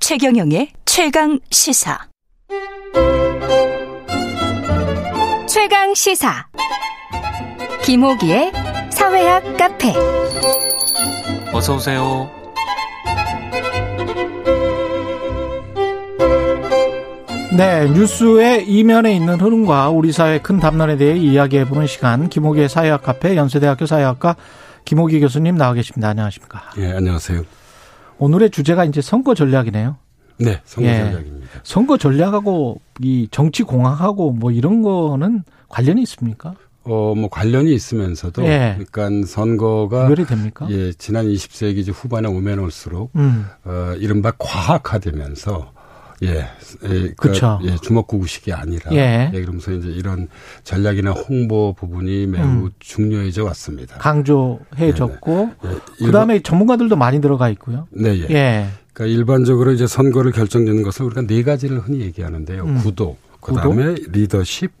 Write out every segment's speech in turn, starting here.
최경영의 최강 시사. 최강 시사 김호기의 사회학 카페 어서 오세요. 네, 뉴스의 이면에 있는 흐름과 우리 사회의 큰 담론에 대해 이야기해보는 시간, 김호기의 사회학 카페 연세대학교 사회학과 김호기 교수님 나와 계십니다. 안녕하십니까? 예, 안녕하세요. 오늘의 주제가 이제 선거 전략이네요. 네, 선거 예. 전략입니다. 선거 전략하고 이 정치 공학하고 뭐 이런 거는 관련이 있습니까? 어, 뭐 관련이 있으면서도 예. 그러니까? 그러니까 선거가 구별이 됩니까? 예, 지난 20세기 이제 후반에 오면 올수록 음, 어, 이른바 과학화되면서 예, 예, 그쵸. 예, 주먹구구식이 아니라 예. 그러면서 이제 이런 전략이나 홍보 부분이 매우 음. 중요해져 왔습니다. 강조해졌고, 예, 그 다음에 전문가들도 많이 들어가 있고요. 일반- 네, 예. 예. 그러니까 일반적으로 이제 선거를 결정짓는 것을 우리가 네 가지를 흔히 얘기하는데요. 음. 구도, 구도? 그다음에 리더십,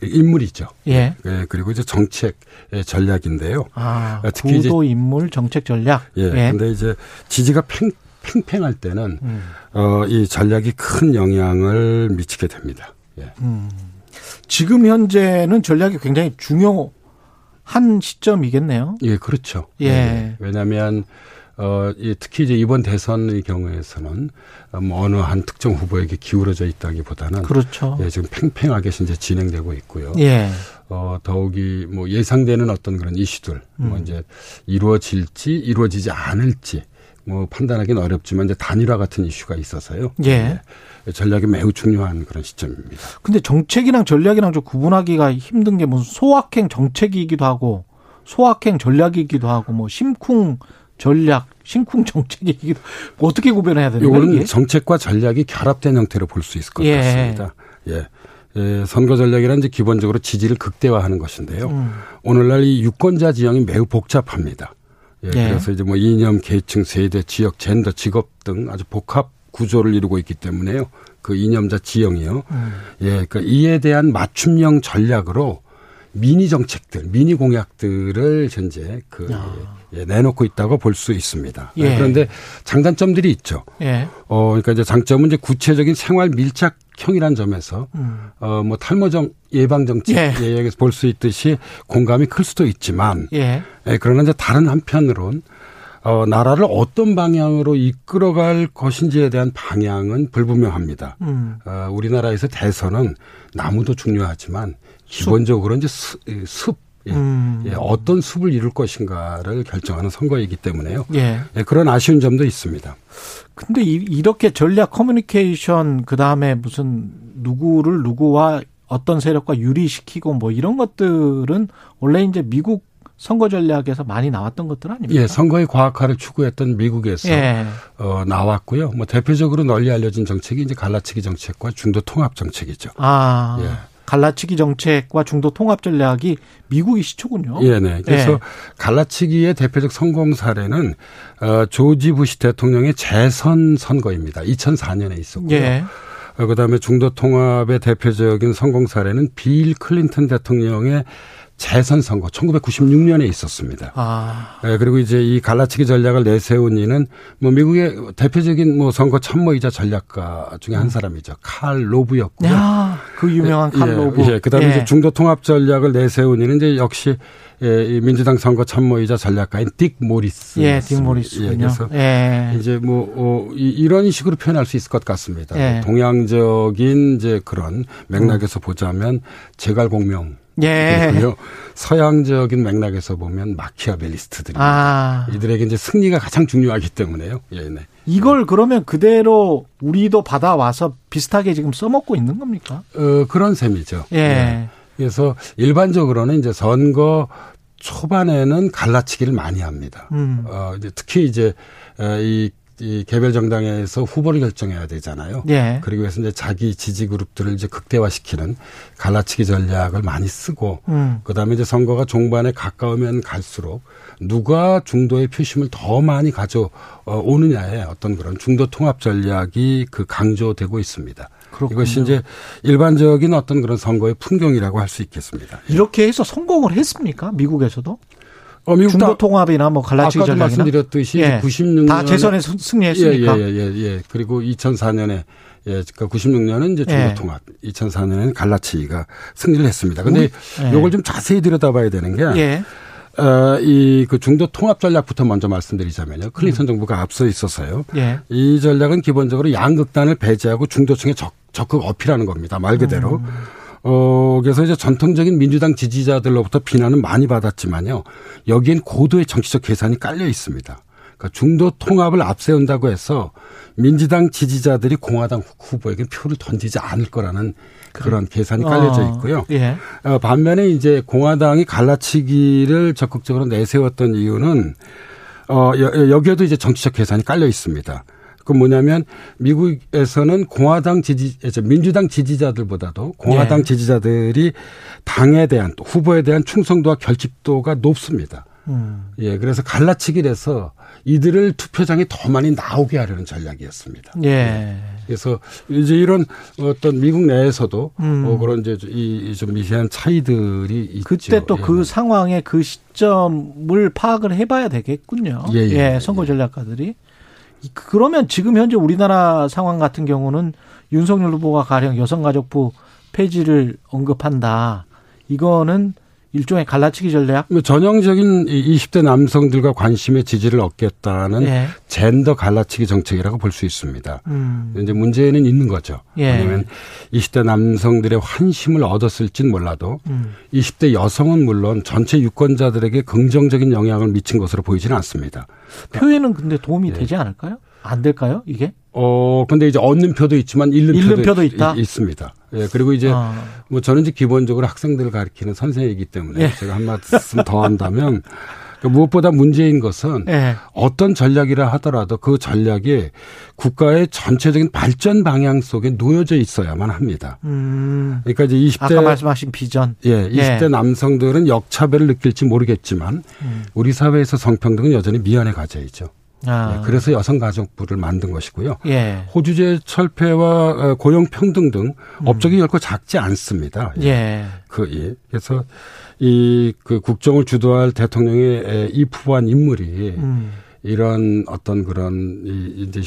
인물이죠. 예. 예, 그리고 이제 정책 예, 전략인데요. 아, 아, 특히 이제- 구도 인물 정책 전략. 예, 근데 이제 지지가 팽, 팽팽할 때는 음. 어, 이 전략이 큰 영향을 미치게 됩니다. 예. 지금 현재는 전략이 굉장히 중요한 시점이겠네요. 예, 그렇죠. 예. 왜냐하면 어, 이 특히 이제 이번 대선의 경우에서는 어, 뭐 어느 한 특정 후보에게 기울어져 있다기보다는 그렇죠. 예, 지금 팽팽하게 이제 진행되고 있고요. 예. 어, 더욱이 뭐 예상되는 어떤 그런 이슈들, 뭐 이제 이루어질지 이루어지지 않을지 뭐 판단하기는 어렵지만 이제 단일화 같은 이슈가 있어서요. 예. 예, 전략이 매우 중요한 그런 시점입니다. 근데 정책이랑 전략이랑 좀 구분하기가 힘든 게 무슨 소확행 정책이기도 하고 소확행 전략이기도 하고 뭐 심쿵 전략, 심쿵 정책이기도 하고 어떻게 구별해야 되는 거예요? 요거는 이게? 정책과 전략이 결합된 형태로 볼 수 있을 것 예. 같습니다. 예. 예, 선거 전략이란 이제 기본적으로 지지를 극대화하는 것인데요. 음. 오늘날 이 유권자 지형이 매우 복잡합니다. 예, 예. 그래서 이제 뭐 이념, 계층, 세대, 지역, 젠더, 직업 등 아주 복합 구조를 이루고 있기 때문에요. 그 이념자 지형이요. 음. 예, 그러니까 이에 대한 맞춤형 전략으로 미니 정책들, 미니 공약들을 현재 그 예, 내놓고 있다고 볼 수 있습니다. 아. 예. 그런데 장단점들이 있죠. 예. 어, 그러니까 이제 장점은 이제 구체적인 생활 밀착형이라는 점에서 음. 어, 뭐 탈모정 예방 정책 예. 예. 여기서 볼 수 있듯이 공감이 클 수도 있지만 예. 예, 그러나 이제 다른 한편으론 어, 나라를 어떤 방향으로 이끌어갈 것인지에 대한 방향은 불분명합니다. 음. 어, 우리나라에서 대선은 나무도 중요하지만 기본적으로 이제 수- 이 숲, 예, 음. 예, 어떤 숲을 이룰 것인가를 결정하는 선거이기 때문에요. 예. 예, 그런 아쉬운 점도 있습니다. 근데 이, 이렇게 전략 커뮤니케이션 그다음에 무슨 누구를 누구와 어떤 세력과 유리시키고 뭐 이런 것들은 원래 이제 미국 선거 전략에서 많이 나왔던 것들 아닙니까? 예, 선거의 과학화를 추구했던 미국에서 예. 어, 나왔고요. 뭐 대표적으로 널리 알려진 정책이 이제 갈라치기 정책과 중도 통합 정책이죠. 아. 예. 갈라치기 정책과 중도 통합 전략이 미국이 시초군요. 예, 네. 그래서 예. 갈라치기의 대표적 성공 사례는 어, 조지 부시 대통령의 재선 선거입니다. 2004년에 있었고요. 예. 어, 그다음에 중도 통합의 대표적인 성공 사례는 빌 클린턴 대통령의 재선 선거 1996년에 있었습니다. 아. 예, 그리고 이제 이 갈라치기 전략을 내세운 이는 뭐 미국의 대표적인 뭐 선거 참모이자 전략가 중에 한 사람이죠. 칼 로브였고요. 야, 그 음. 유명한 예, 칼로브. 예, 그다음에 이제 중도 통합 전략을 내세운 이는 이제 역시 예, 이 민주당 선거 참모이자 전략가인 딕 모리스. 예, 딕 예, 모리스군요. 그래서 예. 이제 뭐 어, 이- 이런 식으로 표현할 수 있을 것 같습니다. 예. 음. 동양적인 이제 그런 맥락에서 보자면 제갈공명. 예. 이고요 서양적인 맥락에서 보면 마키아벨리스트들이 아. 이들에게 이제 승리가 가장 중요하기 때문에요. 예, 네. 이걸 그러면 그대로 우리도 받아와서 비슷하게 지금 써먹고 있는 겁니까? 어, 그런 셈이죠. 예. 예. 그래서 일반적으로는 이제 선거 초반에는 갈라치기를 많이 합니다. 음. 어, 이제 특히 이제 에, 이, 이 개별 정당에서 후보를 결정해야 되잖아요. 예. 그리고 해서 이제 자기 지지 그룹들을 이제 극대화시키는 갈라치기 전략을 많이 쓰고 음. 그다음에 이제 선거가 종반에 가까우면 갈수록 누가 중도의 표심을 더 많이 가져오느냐에 어떤 그런 중도 통합 전략이 그 강조되고 있습니다. 그렇군요. 이것이 이제 일반적인 어떤 그런 선거의 풍경이라고 할 수 있겠습니다. 이렇게 해서 성공을 했습니까? 미국에서도? 어, 미국 중도 다- 통합이나 뭐 갈라치기 아까도 전략이나 말씀드렸듯이 예. 96년 다 재선에 승- 승리했으니까 예, 예, 예, 예. 그리고 2004년에 예, 그러니까 96년은 이제 예. 중국 통합, 2004년에는 갈라치기가 승리를 했습니다. 근데 우리- 예. 요걸 좀 자세히 들여다봐야 되는 게 예. 어, 이그 중도 통합 전략부터 먼저 말씀드리자면요. 클린턴 정부가 앞서 있어서요. 음. 예. 이 전략은 기본적으로 양극단을 배제하고 중도층에 적, 극 어필하는 겁니다. 말 그대로. 음. 어, 그래서 이제 전통적인 민주당 지지자들로부터 비난은 많이 받았지만요. 여기엔 고도의 정치적 계산이 깔려 있습니다. 그러니까 중도 통합을 앞세운다고 해서 민주당 지지자들이 공화당 후보에게 표를 던지지 않을 거라는 그런 계산이 깔려져 어, 있고요. 예. 어, 반면에 이제 공화당이 갈라치기를 적극적으로 내세웠던 이유는 어, 여- 여기에도 이제 정치적 계산이 깔려 있습니다. 그 뭐냐면 미국에서는 공화당 지지, 이제 민주당 지지자들보다도 공화당 예. 지지자들이 당에 대한 또 후보에 대한 충성도와 결집도가 높습니다. 음. 예, 그래서 갈라치기를 해서 이들을 투표장에 더 많이 나오게 하려는 전략이었습니다. 예. 그래서 이제 이런 어떤 미국 내에서도 음. 어, 그런 이제 이좀 미세한 차이들이 있죠. 그때 또 그 예. 상황에 그 시점을 파악을 해봐야 되겠군요. 예, 예, 선거 전략가들이. 이- 그러면 지금 현재 우리나라 상황 같은 경우는 윤석열 후보가 가령 여성가족부 폐지를 언급한다. 이거는 일종의 갈라치기 전략. 뭐 전형적인 이 20대 남성들과 관심의 지지를 얻겠다는 예. 젠더 갈라치기 정책이라고 볼 수 있습니다. 음. 이제 문제는 있는 거죠. 예. 왜냐하면 20대 남성들의 환심을 얻었을진 몰라도 음. 20대 여성은 물론 전체 유권자들에게 긍정적인 영향을 미친 것으로 보이지는 않습니다. 표에는 근데 예. 도움이 되지 않을까요? 안 될까요? 이게? 어 근데 이제 얻는 표도 있지만 잃는, 잃는 표도, 표도 있- 있다? 있- 있습니다. 예 그리고 이제 아, 뭐 저는 이제 기본적으로 학생들을 가르치는 선생이기 때문에 예. 제가 한 말씀 더 한다면 그 무엇보다 문제인 것은 예. 어떤 전략이라 하더라도 그 전략이 국가의 전체적인 발전 방향 속에 놓여져 있어야만 합니다. 음. 그러니까 이제 20대 아까 말씀하신 비전. 예, 20대 예. 남성들은 역차별을 느낄지 모르겠지만 음. 우리 사회에서 성평등은 여전히 미연의 과제이죠. 아. 예, 그래서 여성가족부를 만든 것이고요. 예. 호주제 철폐와 어, 고용평등 등 음. 업적이 결코 작지 않습니다. 예. 그, 예. 그래서 이 그 국정을 주도할 대통령의 에, 이프한 인물이 음. 이런 어떤 그런 이 이제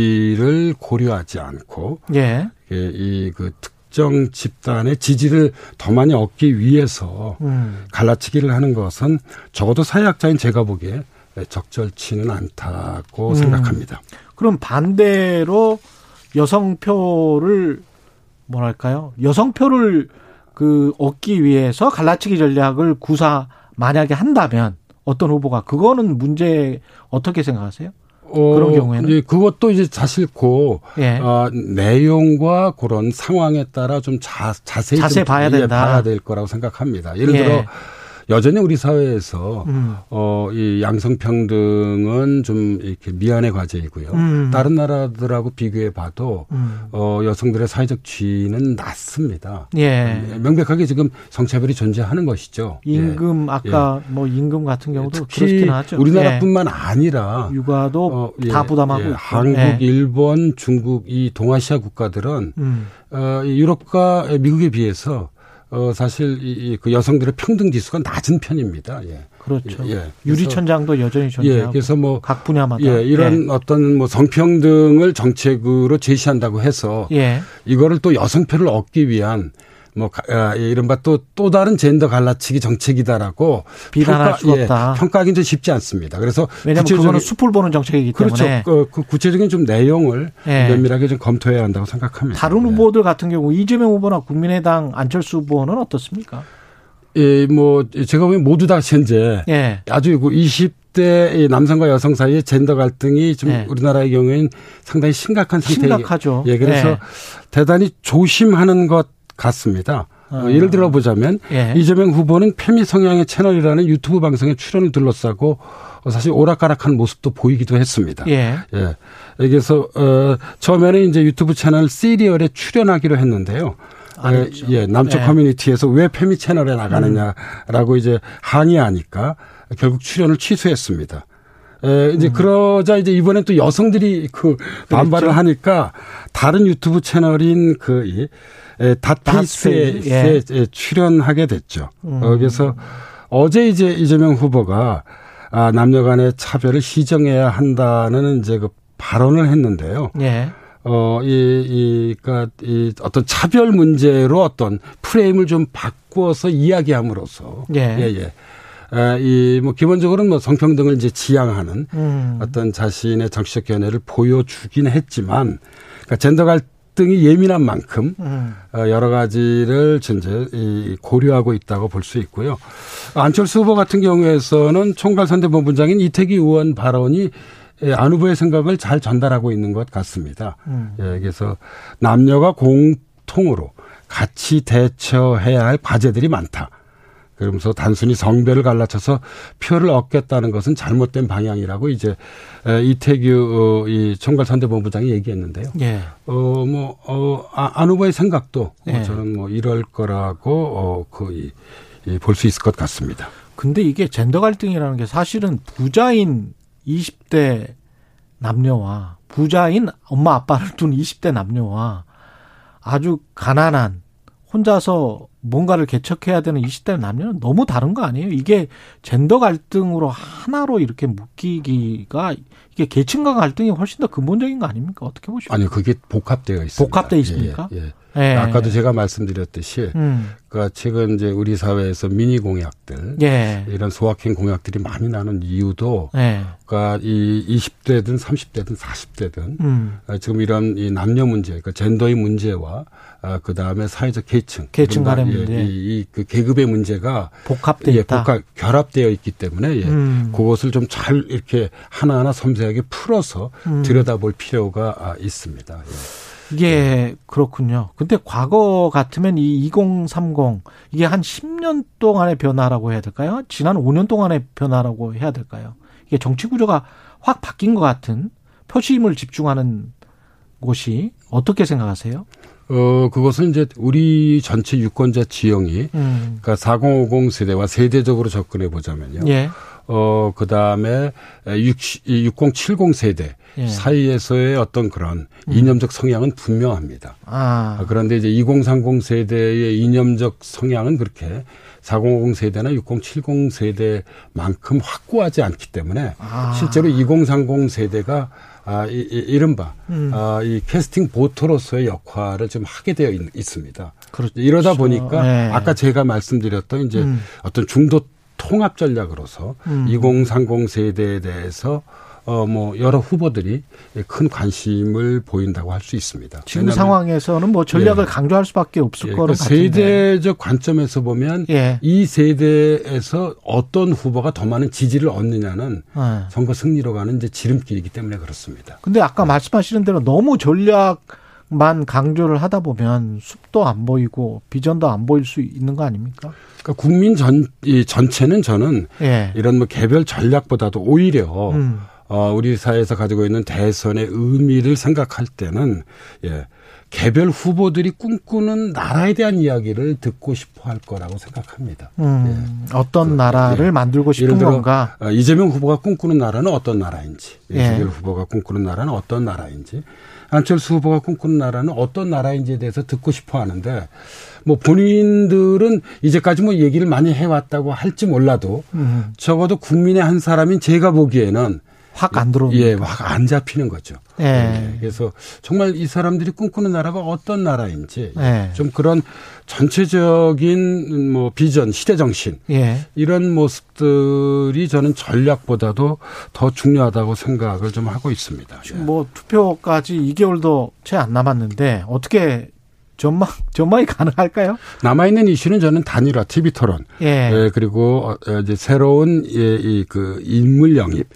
현실을 고려하지 않고 예. 이 그 특정 집단의 지지를 더 많이 얻기 위해서 음. 갈라치기를 하는 것은 적어도 사회학자인 제가 보기에 에, 적절치는 않다고 음. 생각합니다. 그럼 반대로 여성표를 뭐랄까요? 여성표를 그 얻기 위해서 갈라치기 전략을 구사 만약에 한다면 어떤 후보가 그거는 문제 어떻게 생각하세요? 어, 그런 경우에는? 이제 그것도 이제 자실고 예. 아, 내용과 그런 상황에 따라 좀 자, 자세히 좀 자세히 봐야 예, 된다. 봐야 될 거라고 생각합니다. 예를 예. 들어 여전히 우리 사회에서 음. 어, 이 양성평등은 좀 이렇게 미안의 과제이고요. 음. 다른 나라들하고 비교해 봐도 음. 어, 여성들의 사회적 지위는 낮습니다. 예. 명백하게 지금 성차별이 존재하는 것이죠. 예. 임금 아까 뭐 임금 같은 경우도 특히 그렇긴 하죠. 우리나라뿐만 아니라 예. 육아도 예, 다 부담하고 예, 있고. 한국, 예. 일본, 중국 이 동아시아 국가들은 음. 어, 이 유럽과 미국에 비해서 어, 사실 이, 이그 여성들의 평등 지수가 낮은 편입니다. 예. 그렇죠. 예, 예. 유리천장도 여전히 예, 존재하고 그래서 뭐 각 분야마다 예, 이런 어떤 뭐 성평등을 정책으로 제시한다고 해서 예. 예. 이거를 또 여성표를 얻기 위한 뭐 가- 아, 예, 이른바 또 또 다른 젠더 갈라치기 정책이다라고 비난할 평가- 수가 예, 없다. 평가하기는 좀 쉽지 않습니다. 그래서 왜냐하면 구체적인- 그거는 숲을 보는 정책이기 그렇죠. 때문에 그, 그 구체적인 좀 내용을 예. 면밀하게 좀 검토해야 한다고 생각합니다. 다른 예. 후보들 같은 경우 이재명 후보나 국민의당 안철수 후보는 어떻습니까? 예, 뭐 제가 보면 모두 다 현재 예. 아주 그 20대 이 남성과 여성 사이의 젠더 갈등이 좀 예. 우리나라의 경우에는 상당히 심각한 상태. 심각하죠. 예, 그래서 대단히 조심하는 것 같습니다. 어, 아. 예를 들어 보자면 예. 이재명 후보는 페미 성향의 채널이라는 유튜브 방송에 출연을 둘러싸고 어, 사실 오락가락한 모습도 보이기도 했습니다. 예. 예. 그래서 어 처음에는 이제 유튜브 채널 시리얼에 출연하기로 했는데요. 안 예, 했죠. 예, 남쪽 아, 네. 음. 커뮤니티에서 왜 페미 채널에 나가느냐라고 이제 항의하니까 결국 출연을 취소했습니다. 예, 이제 음. 그러자 이제 이번엔 또 여성들이 그 그렇죠. 반발을 하니까 다른 유튜브 채널인 그 이, 에, 닷페이스에 닷페이스, 예. 예, 출연하게 됐죠. 어, 그래서 어제 이제 이재명 후보가 아, 남녀 간의 차별을 시정해야 한다는 이제 그 발언을 했는데요. 예. 어, 이, 이, 그니까, 이 어떤 차별 문제로 어떤 프레임을 좀 바꿔서 이야기함으로써. 예. 예, 예. 아, 이, 뭐, 기본적으로는 뭐 성평등을 이제 지향하는 음. 어떤 자신의 정치적 견해를 보여주긴 했지만, 그니까 젠더 갈등이 예민한 만큼, 음. 어, 여러 가지를 이제 이 고려하고 있다고 볼 수 있고요. 안철수 후보 같은 경우에서는 총괄선대본부장인 이태기 의원 발언이 예, 안 후보의 생각을 잘 전달하고 있는 것 같습니다. 음. 예, 그래서 남녀가 공통으로 같이 대처해야 할 과제들이 많다. 그러면서 단순히 성별을 갈라쳐서 표를 얻겠다는 것은 잘못된 방향이라고 이제 에, 이태규 어, 이 총괄선대본부장이 얘기했는데요. 예. 어, 뭐, 어, 아, 안 후보의 생각도 예. 어, 저는 뭐 이럴 거라고, 어, 그, 이, 이, 볼 수 있을 것 같습니다. 근데 이게 젠더 갈등이라는 게 사실은 부자인 20대 남녀와 부자인 엄마 아빠를 둔 20대 남녀와 아주 가난한 혼자서 뭔가를 개척해야 되는 20대 남녀는 너무 다른 거 아니에요? 이게 젠더 갈등으로 하나로 이렇게 묶이기가 이게 계층간 갈등이 훨씬 더 근본적인 거 아닙니까? 어떻게 보십니까? 아니요, 그게 복합되어 있습니다. 복합되어 있습니까? 예, 예. 예. 아까도 제가 말씀드렸듯이, 음. 그러니까 최근 이제 우리 사회에서 미니 공약들, 예. 이런 소확행 공약들이 많이 나는 이유도, 예. 그러니까 이 20대든 30대든 40대든, 음. 아, 지금 이런 이 남녀 문제, 그 젠더의 문제와 그 다음에 사회적 계층, 계층 간의 그러니까 문제. 이그 계급의 문제가 복합돼 예, 있다. 복합 결합되어 있기 때문에 예, 음. 그것을 좀 잘 이렇게 하나하나 섬세하게 풀어서 음. 들여다볼 필요가 아, 있습니다. 예. 예, 그렇군요. 근데 과거 같으면 이 2030, 이게 한 10년 동안의 변화라고 해야 될까요? 지난 5년 동안의 변화라고 해야 될까요? 이게 정치 구조가 확 바뀐 것 같은 표심을 집중하는 곳이 어떻게 생각하세요? 어 그것은 이제 우리 전체 유권자 지형이 음, 그러니까 4050 세대와 세대적으로 접근해 보자면요. 예, 어 그다음에 60, 6070 세대 예. 음. 사이에서의 어떤 그런 이념적 성향은 분명합니다. 아, 아, 그런데 이제 2030 세대의 이념적 성향은 그렇게 4050 세대나 6070 세대만큼 확고하지 않기 때문에 아. 실제로 2030 세대가 아, 이, 이, 른바 음. 아, 이 캐스팅 보트로서의 역할을 좀 하게 되어 있, 습니다 그렇죠. 이러다 보니까 네. 아까 제가 말씀드렸던 이제 음. 어떤 중도 통합 전략으로서 음. 2030 세대에 대해서 어 뭐 여러 후보들이 큰 관심을 보인다고 할 수 있습니다. 지금 왜냐하면 상황에서는 뭐 전략을 강조할 수밖에 없을 예, 거는 그 같은데. 세대적 관점에서 보면 예. 이 세대에서 어떤 후보가 더 많은 지지를 얻느냐는 예. 선거 승리로 가는 이제 지름길이기 때문에 그렇습니다. 근데 아까 말씀하시는 대로 너무 전략만 강조를 하다 보면 숲도 안 보이고 비전도 안 보일 수 있는 거 아닙니까? 그러니까 국민 전, 이 전체는 저는 예. 이런 뭐 개별 전략보다도 오히려 음. 어, 우리 사회에서 가지고 있는 대선의 의미를 생각할 때는 예, 개별 후보들이 꿈꾸는 나라에 대한 이야기를 듣고 싶어 할 거라고 생각합니다. 음, 어떤 나라를 만들고 싶은 예. 예를 들어 건가? 어, 이재명 후보가 꿈꾸는 나라는 어떤 나라인지, 예. 이재명 후보가 꿈꾸는 나라는 어떤 나라인지, 안철수 후보가 꿈꾸는 나라는 어떤 나라인지에 대해서 듣고 싶어 하는데, 뭐 본인들은 이제까지 뭐 얘기를 많이 해왔다고 할지 몰라도, 음, 적어도 국민의 한 사람인 제가 보기에는 확 안 들어오는. 예, 막 안 잡히는 거죠. 그러니까. 예. 예, 그래서 정말 이 사람들이 꿈꾸는 나라가 어떤 나라인지 예. 좀 그런 전체적인 뭐 비전, 시대 정신 예. 이런 모습들이 저는 전략보다도 더 중요하다고 생각을 좀 하고 있습니다. 예. 지금 뭐 투표까지 2개월도 채 안 남았는데 어떻게 전망 전망이 가능할까요? 남아있는 이슈는 저는 단일화, TV 토론, 예. 예, 그리고 어, 이제 새로운 예, 이그 인물 영입,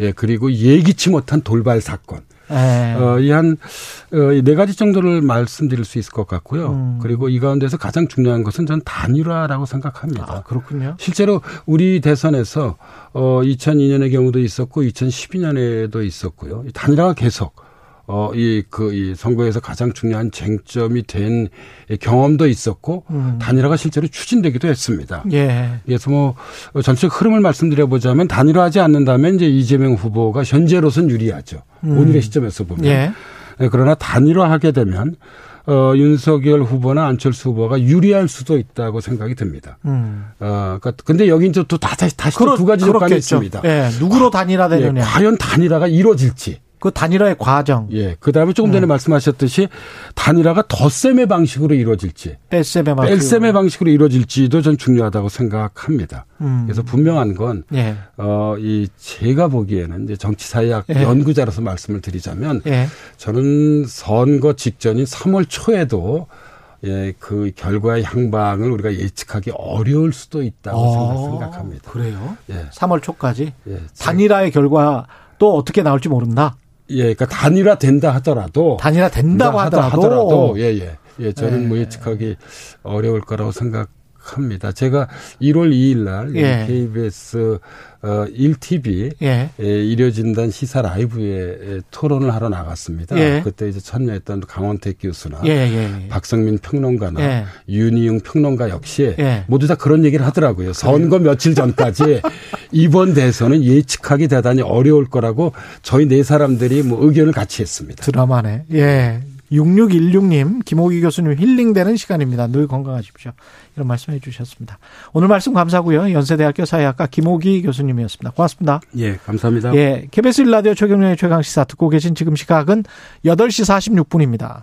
예, 그리고 예기치 못한 돌발 사건. 예. 어, 이한네 가지 정도를 말씀드릴 수 있을 것 같고요. 음. 그리고 이 가운데서 가장 중요한 것은 전 단일화라고 생각합니다. 아, 그렇군요. 실제로 우리 대선에서 어 2002년의 경우도 있었고 2012년에도 있었고요. 이 단일화가 계속 어이그이 선거에서 가장 중요한 쟁점이 된이 경험도 있었고 음. 단일화가 실제로 추진되기도 했습니다. 예. 그래서 뭐 어, 전체적 흐름을 말씀드려 보자면 단일화하지 않는다면 이제 이재명 후보가 현재로선 유리하죠. 오늘의 시점에서 보면. 음. 예. 예, 그러나 단일화하게 되면 어, 윤석열 후보나 안철수 후보가 유리할 수도 있다고 생각이 듭니다. 음. 어, 그러니까 근데 여기 이제 또 다, 다시, 다시 또 그렇- 두 가지 조건이 그렇겠죠. 있습니다. 예, 누구로 예, 단일화되느냐. 과연 단일화가 이루어질지. 그 단일화의 과정, 예. 그 다음에 조금 네. 전에 말씀하셨듯이 단일화가 덧셈의 방식으로 이루어질지, 뺄셈의 말. 뺄셈의 방식으로 이루어질지도 전 중요하다고 생각합니다. 음. 그래서 분명한 건 예. 어, 이, 제가 보기에는 이제 정치사회학 예. 연구자로서 말씀을 드리자면 예. 저는 선거 직전인 3월 초에도 예, 그 결과의 향방을 우리가 예측하기 어려울 수도 있다고 어, 생각합니다. 그래요? 예. 3월 초까지 예, 단일화의 결과 또 어떻게 나올지 모른다. 예, 그러니까 단일화 된다 하더라도 단일화 된다고 하다- 하더라도, 하더라도, 예, 예. 예, 저는 뭐 예측하기 어려울 거라고 생각합니다. 제가 1월 2일 날 예. KBS 어 1TV 예. 예, 의료진단 시사 라이브에 토론을 하러 나갔습니다. 예. 그때 이제 참여했던 강원택 교수나 예, 예. 박성민 평론가나 예. 윤희웅 평론가 역시 예. 모두 다 그런 얘기를 하더라고요. 선거 며칠 전까지 이번 대선은 예측하기 대단히 어려울 거라고 저희 네 사람들이 뭐 의견을 같이 했습니다. 드라마네. 예. 6616님, 김호기 교수님 힐링되는 시간입니다. 늘 건강하십시오. 이런 말씀해 주셨습니다. 오늘 말씀 감사하고요. 연세대학교 사회학과 김호기 교수님이었습니다. 고맙습니다. 예, 감사합니다. 예. KBS 1라디오 최경련의 최강시사 듣고 계신 지금 시각은 8시 46분입니다.